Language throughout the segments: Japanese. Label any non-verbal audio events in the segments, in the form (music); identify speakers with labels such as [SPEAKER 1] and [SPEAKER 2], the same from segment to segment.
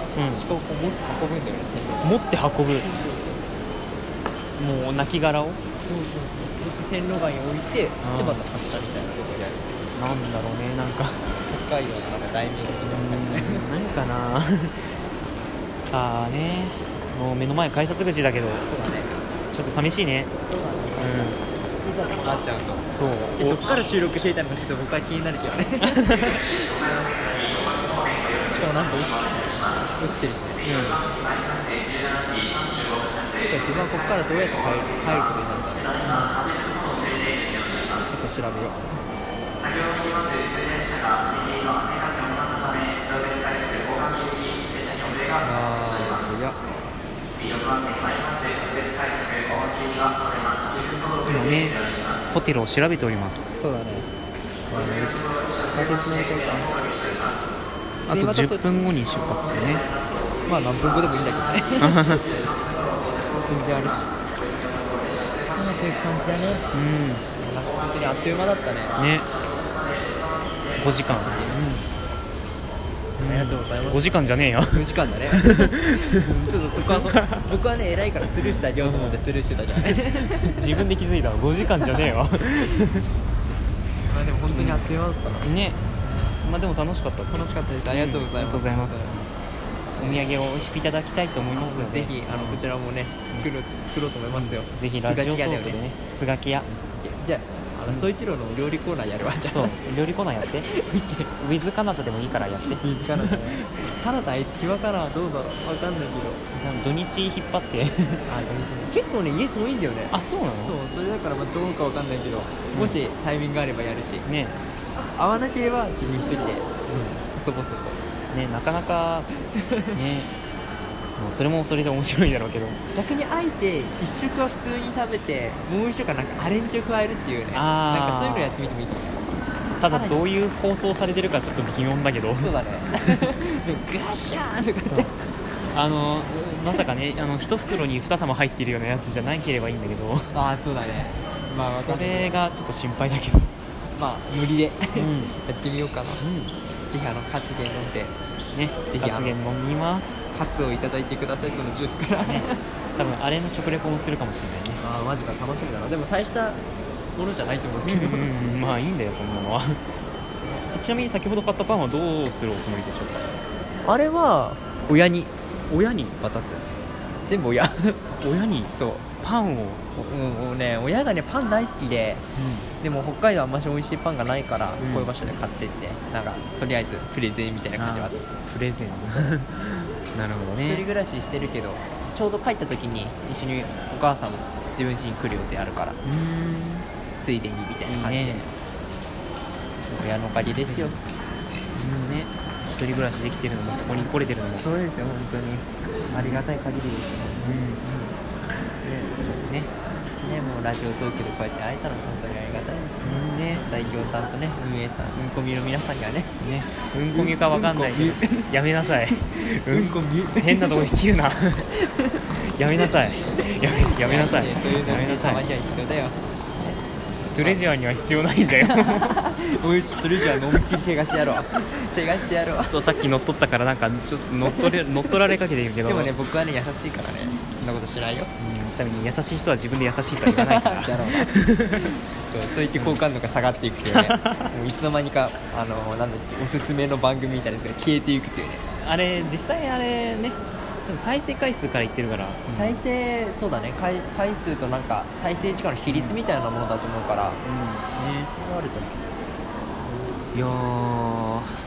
[SPEAKER 1] うん
[SPEAKER 2] しかもこう持って運ぶんだよね最後
[SPEAKER 1] 持って運ぶもう亡きを
[SPEAKER 2] 線路外に置いて
[SPEAKER 1] あー
[SPEAKER 2] 千葉と発車みたいなことでやる
[SPEAKER 1] なんだろうねなんか
[SPEAKER 2] 北海道のなんか代名詞みたいな感じで
[SPEAKER 1] うん何かなさあねもう目の前改札口だけど
[SPEAKER 2] そうだ (laughs) ね
[SPEAKER 1] ちょっと寂しいね
[SPEAKER 2] そうだね
[SPEAKER 1] う
[SPEAKER 2] なっちゃうと
[SPEAKER 1] んそう
[SPEAKER 2] ちょっとどっから収録していたのかちょっと僕は気になるけどねしかもなんか落ち落ちてるしね
[SPEAKER 1] う
[SPEAKER 2] てか自分はここからどうやって帰る帰ることになるんだろうちょっと調べようあーいや
[SPEAKER 1] ん今ねホテルを調べております
[SPEAKER 2] そうだねまあね地下鉄の横か
[SPEAKER 1] あと10分後に出発よね
[SPEAKER 2] まあ何分後でもいいんだけどね全然あるしなんかという感じだね
[SPEAKER 1] (laughs) う
[SPEAKER 2] なんか本当にあっという間だったね
[SPEAKER 1] んね5時間
[SPEAKER 2] ありがとうございます
[SPEAKER 1] 5時間じゃ (laughs) ねえよ
[SPEAKER 2] 4時間 (laughs) だねちょっとそこは僕はね偉いからスルーしたいようと思ってスルーしてたけどね
[SPEAKER 1] 自分で気づいたわ5時間じゃねえわ
[SPEAKER 2] まあでも本当にあっという間だ (laughs) ったな
[SPEAKER 1] ねまあでも楽しかった
[SPEAKER 2] 楽しかったですありがとうございます、
[SPEAKER 1] んありがとうございますお土産をおいしくいただきたいと思いますので
[SPEAKER 2] ぜひあのこちらもね作ろう作ろうと思いますよ、
[SPEAKER 1] ぜひラジオト
[SPEAKER 2] スガキ屋だ
[SPEAKER 1] ー
[SPEAKER 2] よ
[SPEAKER 1] クでねスガキ屋
[SPEAKER 2] じゃああの総一郎のお料理コーナーやるわじゃあ
[SPEAKER 1] そう料理コーナーやって
[SPEAKER 2] (laughs)
[SPEAKER 1] ウィズカナダでもいいからやって
[SPEAKER 2] 水かなねカナダあいつ暇かなどうだろうわかんないけ
[SPEAKER 1] 土
[SPEAKER 2] ど
[SPEAKER 1] 日引っ張って
[SPEAKER 2] あ土日ね結構ね家遠いんだよね
[SPEAKER 1] あそうなの
[SPEAKER 2] そうそれだからまあどうかわかんないけど、
[SPEAKER 1] ん
[SPEAKER 2] もしタイミングがあればやるし
[SPEAKER 1] ね
[SPEAKER 2] 合わなければ自分一人でそぼそと
[SPEAKER 1] ねなかなかねまあそれもそれで面白いだろうけど
[SPEAKER 2] 逆にあえて一食は普通に食べてもう一食はなんかアレンジを加えるっていうね
[SPEAKER 1] あー
[SPEAKER 2] なんかそういうのやってみてもいいかも
[SPEAKER 1] た
[SPEAKER 2] さ
[SPEAKER 1] だ
[SPEAKER 2] らに
[SPEAKER 1] どういう放送されてるかちょっと疑問だけど
[SPEAKER 2] そうだね
[SPEAKER 1] (laughs)
[SPEAKER 2] でもガシャーンとかって
[SPEAKER 1] そうあのまさかねあの一袋に2玉入ってるようなやつじゃなければいいんだけど
[SPEAKER 2] ああそうだねまあわか
[SPEAKER 1] そ
[SPEAKER 2] んない
[SPEAKER 1] れがちょっと心配だけど
[SPEAKER 2] まあ無理でや
[SPEAKER 1] うん
[SPEAKER 2] ってみようかなぜひあのカツゲ飲んで
[SPEAKER 1] ね
[SPEAKER 2] ひあの
[SPEAKER 1] 発言も見ます
[SPEAKER 2] カツをいただいてくださいそのジュースから、
[SPEAKER 1] ね多分あれの食レポもするかもしれないね
[SPEAKER 2] ああマジか楽しみだなでも大したものじゃないと思うけど
[SPEAKER 1] うんまあいいんだよそんなのは (laughs) ちなみに先ほど買ったパンはどうするおつもりでしょうか
[SPEAKER 2] あれは親に
[SPEAKER 1] 親に
[SPEAKER 2] 渡す全部親 (laughs)
[SPEAKER 1] 親に
[SPEAKER 2] そう
[SPEAKER 1] パンを、
[SPEAKER 2] おもうね親がねパン大好きででも北海道あんまし美味しいパンがないから、
[SPEAKER 1] ん
[SPEAKER 2] こういう場所で買ってってなんかとりあえずプレゼンみたいな感じは渡す
[SPEAKER 1] プレゼント (laughs) なるほど
[SPEAKER 2] 一人
[SPEAKER 1] ね
[SPEAKER 2] 暮らししてるけどちょうど帰った時に一緒にお母さんも自分家に来る予定あるか
[SPEAKER 1] うー
[SPEAKER 2] ら
[SPEAKER 1] ん
[SPEAKER 2] ついでにみたいな感じ
[SPEAKER 1] い
[SPEAKER 2] で
[SPEAKER 1] いね
[SPEAKER 2] 親のおかげですよ
[SPEAKER 1] うんね一人暮らしできてるのもここに来れてるのも
[SPEAKER 2] うですよ本当にありがたい限りで
[SPEAKER 1] う
[SPEAKER 2] す
[SPEAKER 1] んそうね
[SPEAKER 2] ねもうラジオトークでこうやって会えたのも本当にありがたいですね
[SPEAKER 1] うんね
[SPEAKER 2] 代表さんとね運営さんうんこみの皆さんにはね
[SPEAKER 1] ねうんこみかわかんないけど
[SPEAKER 2] うん
[SPEAKER 1] やめな (laughs) さいうん
[SPEAKER 2] こみ
[SPEAKER 1] 変なとこで切るな (laughs) やめなさいやめやめなさい
[SPEAKER 2] ねそういうの
[SPEAKER 1] やめ
[SPEAKER 2] ね
[SPEAKER 1] な
[SPEAKER 2] た
[SPEAKER 1] さ
[SPEAKER 2] ま
[SPEAKER 1] い
[SPEAKER 2] には必要だよ
[SPEAKER 1] トレジャーには必要ないんだよ
[SPEAKER 2] おいしトレジャーの思いっきり怪我してやろう怪我してやろ
[SPEAKER 1] (laughs)
[SPEAKER 2] う
[SPEAKER 1] そうさっき乗っ取ったからなんかちょっと乗っ取れ乗っ取られかけてるけど
[SPEAKER 2] でもね僕はね優しいからねそんなことしないよ
[SPEAKER 1] うん多分優しい人は自分で優しいとは言わないから
[SPEAKER 2] だろうなそうそう言って好感度が下がっていくというねもういつの間にかあのなんだっけおすすめの番組みたいなやつが消えていくというね
[SPEAKER 1] (laughs) あれ実際あれねでも再生回数から言ってるから、
[SPEAKER 2] 再生そうだね回回数となんか再生時間の比率みたいなものだと思うから、
[SPEAKER 1] うんね
[SPEAKER 2] あると思う
[SPEAKER 1] いやー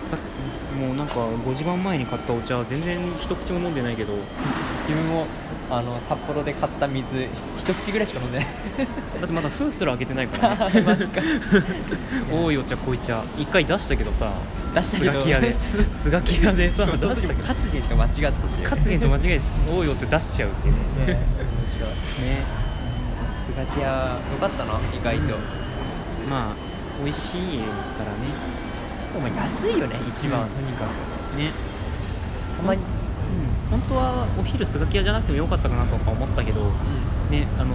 [SPEAKER 1] さっきもうなんか5時間前に買ったお茶は全然一口も飲んでないけどだ
[SPEAKER 2] 自分もあの札幌で買った水一口ぐらいしか飲んでない
[SPEAKER 1] ってまだ封すら開けてないからね (laughs)
[SPEAKER 2] マジか
[SPEAKER 1] 多いお茶濃い茶一回出したけどさ
[SPEAKER 2] (laughs) 出した
[SPEAKER 1] ス
[SPEAKER 2] けど
[SPEAKER 1] ガキ屋でスガキ屋でさ
[SPEAKER 2] そ
[SPEAKER 1] 出
[SPEAKER 2] うその
[SPEAKER 1] し
[SPEAKER 2] 時
[SPEAKER 1] たけ
[SPEAKER 2] も
[SPEAKER 1] ど
[SPEAKER 2] カツゲンと間違ってほしいよね
[SPEAKER 1] 勝元と間違えです多いお茶出しちゃうっていうね
[SPEAKER 2] ね面白いスガキ屋良かったな意外と、
[SPEAKER 1] うんまあ美味しいからね
[SPEAKER 2] お前安いよね一番、
[SPEAKER 1] うん
[SPEAKER 2] とにかく
[SPEAKER 1] ね
[SPEAKER 2] たまに、
[SPEAKER 1] 本当はお昼スガキ屋じゃなくてもよかったかなとか思ったけどねあの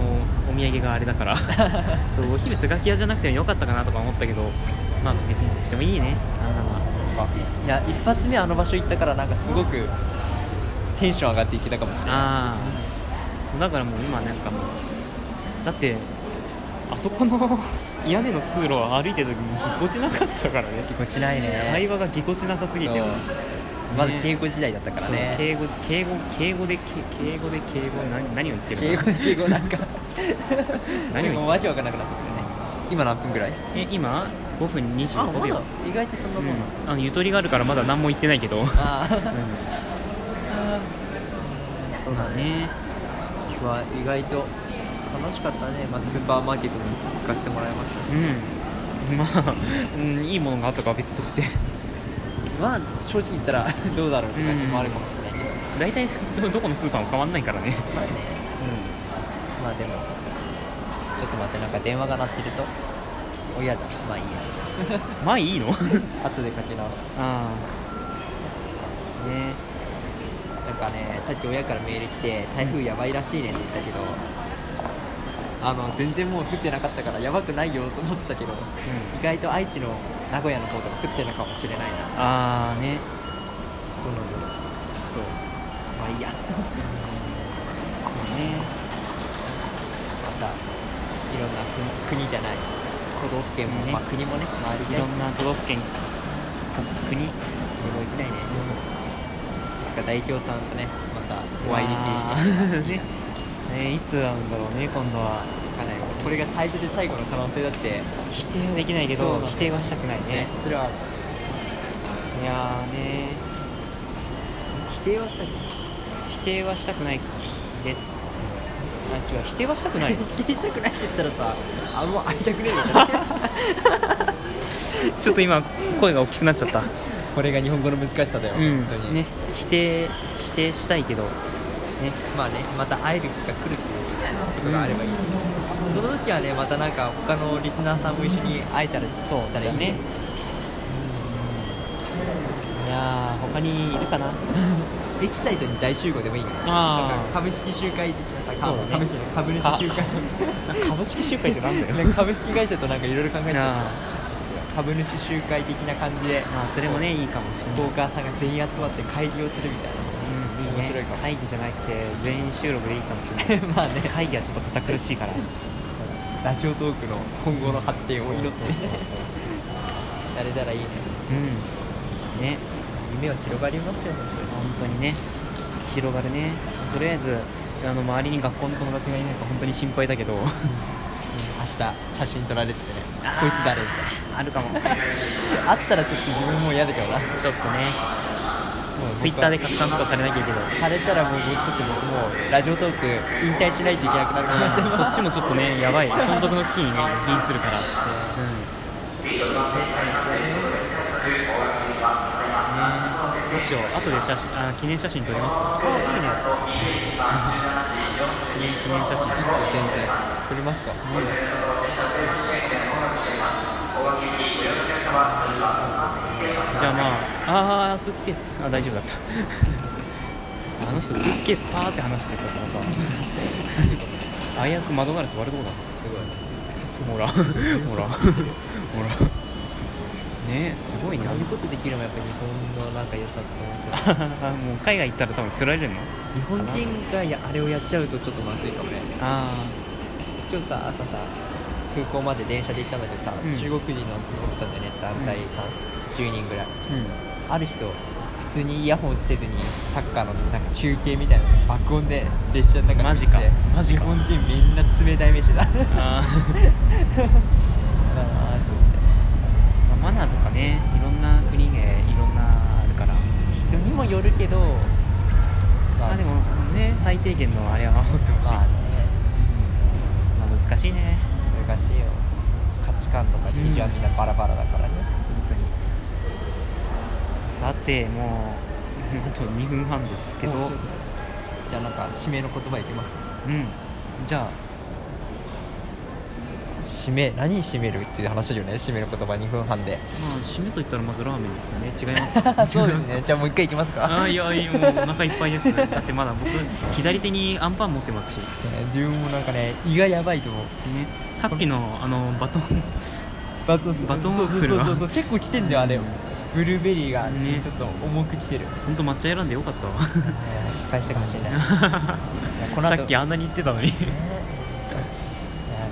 [SPEAKER 1] お土産があれだ
[SPEAKER 2] (laughs)
[SPEAKER 1] からそうお昼スガキ屋じゃなくてもよかったかなとか思ったけどまあ別にしてもいいねあなたは
[SPEAKER 2] かいや一発目あの場所行ったからなんかすごくテンション上がっていけたかもしれな
[SPEAKER 1] ああだからもう今なんかもうだってあそこの (laughs) 屋根の通路を歩いてる時にぎこちなかったからね
[SPEAKER 2] いぎこちないね
[SPEAKER 1] 会話がぎこちなさすぎて
[SPEAKER 2] そうまだ敬語時代だったからね
[SPEAKER 1] そう敬語敬語敬語でけ敬語で敬語何何を言って
[SPEAKER 2] 敬
[SPEAKER 1] る
[SPEAKER 2] 語
[SPEAKER 1] か
[SPEAKER 2] 敬語なんか
[SPEAKER 1] 何を言ってる
[SPEAKER 2] もうわけわかんなくなってくるね今何分ぐらい
[SPEAKER 1] え今5分25秒、
[SPEAKER 2] 意外とそんな
[SPEAKER 1] う
[SPEAKER 2] もんなの
[SPEAKER 1] ん、あのゆとりがあるからまだ何も言ってないけど
[SPEAKER 2] ああそうだね
[SPEAKER 1] ね
[SPEAKER 2] 今日は意外と楽しかったね、まあ、スーパーマーケットも行かせてもらいましたし、
[SPEAKER 1] うんまあ、うん、いいものがあったかは別として
[SPEAKER 2] まあ正直言ったら (laughs) どうだろうって感じもあるかもしれないけど、
[SPEAKER 1] 大体どどこのスーパーも変わんないからね
[SPEAKER 2] まあねまあでもちょっと待ってなんか電話が鳴ってるぞ親だまあいいや
[SPEAKER 1] まあいいの
[SPEAKER 2] 後でかけ直す
[SPEAKER 1] ああね
[SPEAKER 2] なんかねさっき親からメール来て台風やばいらしいねって言ったけどあの全然もう降ってなかったからやばくないよと思ってたけど意外と愛知の名古屋の方とか降ってるのかもしれない
[SPEAKER 1] あ
[SPEAKER 2] な
[SPEAKER 1] あね
[SPEAKER 2] この夜
[SPEAKER 1] そう
[SPEAKER 2] まあいいや
[SPEAKER 1] ね
[SPEAKER 2] またいろんな国国じゃない都道府県も、
[SPEAKER 1] ね
[SPEAKER 2] まあ、国もね回りた
[SPEAKER 1] いろ
[SPEAKER 2] いです
[SPEAKER 1] ん
[SPEAKER 2] ね
[SPEAKER 1] な都道府県国
[SPEAKER 2] 国も行きたいねいつか大京さんとねまたお会い
[SPEAKER 1] あー
[SPEAKER 2] できる
[SPEAKER 1] ねねいつ会うんだろうね今度は
[SPEAKER 2] わかんないよこれが最初で最後の可能性だってね
[SPEAKER 1] 否定はできないけ
[SPEAKER 2] そうな
[SPEAKER 1] ど
[SPEAKER 2] んだ
[SPEAKER 1] 否定はしたくないね
[SPEAKER 2] それはい
[SPEAKER 1] やーね
[SPEAKER 2] 否定はしたく
[SPEAKER 1] 否定はしたくないですあ違う否定はしたくな
[SPEAKER 2] ないい否定したくないって言ったらさあもう会いたくねえのか
[SPEAKER 1] (laughs) ちょっと今声が大きくなっちゃった
[SPEAKER 2] (laughs) これが日本語の難しさだよ、
[SPEAKER 1] うん
[SPEAKER 2] 本当に
[SPEAKER 1] ね否定否定したいけどね
[SPEAKER 2] まあねまた会える日が来るっていうことがあればいい、その時はねまたなんか他のリスナーさんも一緒に会えたら
[SPEAKER 1] そう
[SPEAKER 2] した
[SPEAKER 1] だ
[SPEAKER 2] らいい
[SPEAKER 1] ねいやー他にいるかな
[SPEAKER 2] エキサイトに大集合でもいいかな
[SPEAKER 1] あー
[SPEAKER 2] なんか株式集会的なさ、
[SPEAKER 1] そうだね
[SPEAKER 2] 株式株主集会
[SPEAKER 1] 株式集会ってなんだ (laughs) よ
[SPEAKER 2] (laughs) なんか株式会社となんかいろいろ考えてた
[SPEAKER 1] あ
[SPEAKER 2] 株主集会的な感じで
[SPEAKER 1] ーまあそれもねいいかもしれ
[SPEAKER 2] ス
[SPEAKER 1] ない
[SPEAKER 2] トーカーさんが全員集まって会議をするみたい
[SPEAKER 1] うんいいね
[SPEAKER 2] 面白いかも
[SPEAKER 1] 会議じゃなくて全員収録でいいかもしれない
[SPEAKER 2] な (laughs) まあね
[SPEAKER 1] 会議はちょっと堅苦しいから
[SPEAKER 2] ラジオトークの今後の発展を祈って
[SPEAKER 1] そうそうそうそう
[SPEAKER 2] やれたらいいね
[SPEAKER 1] うんね
[SPEAKER 2] 夢は広がりますよ
[SPEAKER 1] 本当
[SPEAKER 2] 本当に
[SPEAKER 1] にね広がるねとりあえずあの周りに学校の友達がいないか本当に心配だ
[SPEAKER 2] (laughs)
[SPEAKER 1] けど
[SPEAKER 2] 明日写真撮られててね
[SPEAKER 1] あー
[SPEAKER 2] こいつ誰みたい
[SPEAKER 1] あるかも
[SPEAKER 2] (laughs) なあったらちょっと自分も嫌でしょうなもう
[SPEAKER 1] ちょっとね
[SPEAKER 2] 僕は
[SPEAKER 1] ツイッターで拡散とかされなきゃいけない
[SPEAKER 2] されたらもうちょっと僕もうラジオトーク引退しないといけなくなる可能性
[SPEAKER 1] うん
[SPEAKER 2] も
[SPEAKER 1] こっちもちょっとねやばい存続の危機にね起因するからうんどうしよう後で写真あ記念写真撮ります
[SPEAKER 2] い
[SPEAKER 1] 記念記念写真
[SPEAKER 2] いっすよ全然撮りますか、
[SPEAKER 1] じゃあまああースーツケースあ大丈夫だったあの人スーツケースパーって話してたからさ危うく窓ガラス割るとこだった
[SPEAKER 2] (laughs) すごい
[SPEAKER 1] ほらほらほらねえすごい (laughs) な
[SPEAKER 2] こういうことできるのもやっぱ日本のなんか良さだと思うけど
[SPEAKER 1] もう海外行ったら多分釣られるの
[SPEAKER 2] 日本人がやあれをやっちゃうとちょっとまずいかもね
[SPEAKER 1] あ
[SPEAKER 2] 今日さ朝さ空港まで電車で行ったんだけどさ、
[SPEAKER 1] うん
[SPEAKER 2] 中国人の奥さんでね団体さん、10人ぐらい
[SPEAKER 1] あうん
[SPEAKER 2] ある人普通にイヤホンせずにサッカーのなんか中継みたいなの爆音で列車の中で
[SPEAKER 1] マジかマジか
[SPEAKER 2] 日本人みんな冷たい目し
[SPEAKER 1] (laughs)
[SPEAKER 2] てただな
[SPEAKER 1] あ
[SPEAKER 2] あと思っ
[SPEAKER 1] ーマナーとかねいろんな国でいろんなあるから
[SPEAKER 2] て人にもよるけど
[SPEAKER 1] まあでもね最低限のあれは守ってほしい、
[SPEAKER 2] まあね
[SPEAKER 1] まあ難しいね
[SPEAKER 2] 難しいよ価値観とか基準はみんなバラバラだからね、
[SPEAKER 1] 本当にさてもうあと2分半ですけど
[SPEAKER 2] 面白いじゃあなんか締めの言葉いきます
[SPEAKER 1] うんじゃあ
[SPEAKER 2] 締め何締めるっていう話だよね締めの言葉2分半で
[SPEAKER 1] まあ締めといったらまずラーメンですよね違います (laughs) か
[SPEAKER 2] そうですね (laughs) じゃあもう一回いきますか
[SPEAKER 1] あーいやいやもうお腹いっぱいですだってまだ僕左手にアンパン持ってますし、ね、
[SPEAKER 2] ね自分もなんかね胃がやばいと思う
[SPEAKER 1] さっきのあのバトン
[SPEAKER 2] バトン
[SPEAKER 1] バトン
[SPEAKER 2] そうそう
[SPEAKER 1] フル
[SPEAKER 2] そう
[SPEAKER 1] は
[SPEAKER 2] そうそう結構来てんだよあれブルーベリーが自分
[SPEAKER 1] ね
[SPEAKER 2] ちょっと重くき (laughs) てる、
[SPEAKER 1] 本当抹茶選んでよかったわ
[SPEAKER 2] 失敗したかもしれないいやこの
[SPEAKER 1] (laughs) さ
[SPEAKER 2] 後
[SPEAKER 1] っきあんなに言ってたのに
[SPEAKER 2] ねいや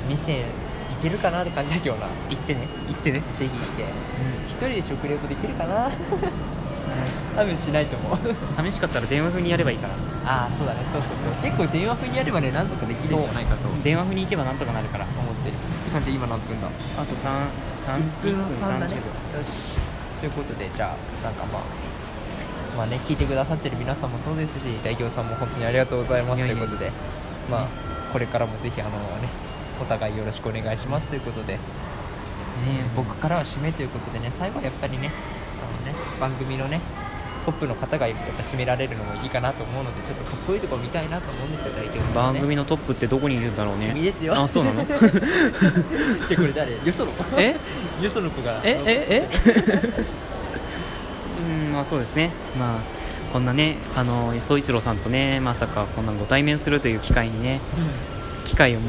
[SPEAKER 2] 店行けるかなって感じだけどな
[SPEAKER 1] 行ってね行ってね
[SPEAKER 2] ぜひ行って一人で食レポできるかな多分しないと思う
[SPEAKER 1] 寂しかったら電話風にやればいいから
[SPEAKER 2] ああそうだねそうそうそう結構電話風にやればねなんとかできるんじゃないかと思って
[SPEAKER 1] 電話風に行けばなんとかなるから
[SPEAKER 2] るって感じで今何分だ
[SPEAKER 1] あと3 3
[SPEAKER 2] 1
[SPEAKER 1] 分
[SPEAKER 2] 分半だ
[SPEAKER 1] 30
[SPEAKER 2] ね
[SPEAKER 1] 秒
[SPEAKER 2] よしということでじゃあなんかまあまあね聞いてくださってる皆さんもそうですし大京さんも本当にありがとうございます
[SPEAKER 1] いやいや
[SPEAKER 2] ということでまあこれからもぜひあのねお互いよろしくお願いしますということで、ね、僕からは締めということでね最後はやっぱりねあのね番組のねトップの方がやっぱ締められるのもいいかなと思うのでちょっとかっこいいとこ見たいなと思うんですよ大京さんは
[SPEAKER 1] 番
[SPEAKER 2] ね
[SPEAKER 1] 組のトップってどこにいるんだろうね
[SPEAKER 2] 君ですよ
[SPEAKER 1] あそう (laughs)
[SPEAKER 2] (laughs)
[SPEAKER 1] なの
[SPEAKER 2] じゃあこれ誰よその子 (laughs)
[SPEAKER 1] え
[SPEAKER 2] よその子が
[SPEAKER 1] えええ (laughs) うんまあそうですねまあこんなねあの総一郎さんとねまさかこんなご対面するという機会にね
[SPEAKER 2] うん
[SPEAKER 1] 機会を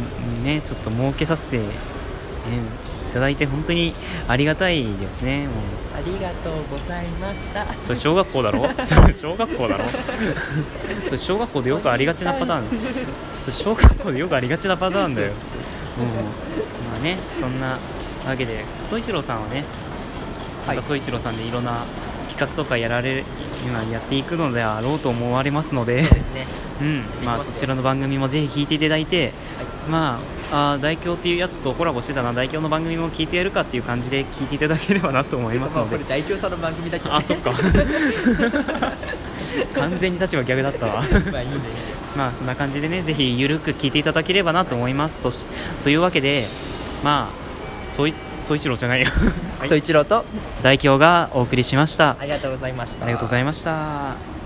[SPEAKER 1] ねちょっと設けさせて、ね、いただいて本当にありがたいですねもう
[SPEAKER 2] ありがとうございました。
[SPEAKER 1] それ小学校だ (laughs) ろそれ小学校だろそれ小学校でよくありがちなパターンそれ小学校でよくありがちなパターンだ (laughs) よ、うん、まあねそんなわけで宗一郎さんはねまた宗一郎さんでいろんな企画とかやられ今やっていくのであろうと思われますので
[SPEAKER 2] ですね。
[SPEAKER 1] うんまあ、そちらの番組もぜひ聞いていただいて、まあ、あー大京っていうやつとコラボしてたな大京の番組も聞いてやるかっていう感じで聞いていただければなと思います
[SPEAKER 2] まあ
[SPEAKER 1] の
[SPEAKER 2] こ
[SPEAKER 1] で
[SPEAKER 2] れ大京さんの番組だけど、ね。
[SPEAKER 1] あそっ
[SPEAKER 2] (laughs)
[SPEAKER 1] か完全に立場逆だったわ
[SPEAKER 2] まあいいねいいね。
[SPEAKER 1] まあそんな感じでねぜひゆるく聞いていただければなと思いますそしというわけでまあそいそいちろじゃないよ (laughs)
[SPEAKER 2] はい、総一郎と
[SPEAKER 1] 大京がお送りしましたあ
[SPEAKER 2] ありがとうございました。
[SPEAKER 1] りがとうございました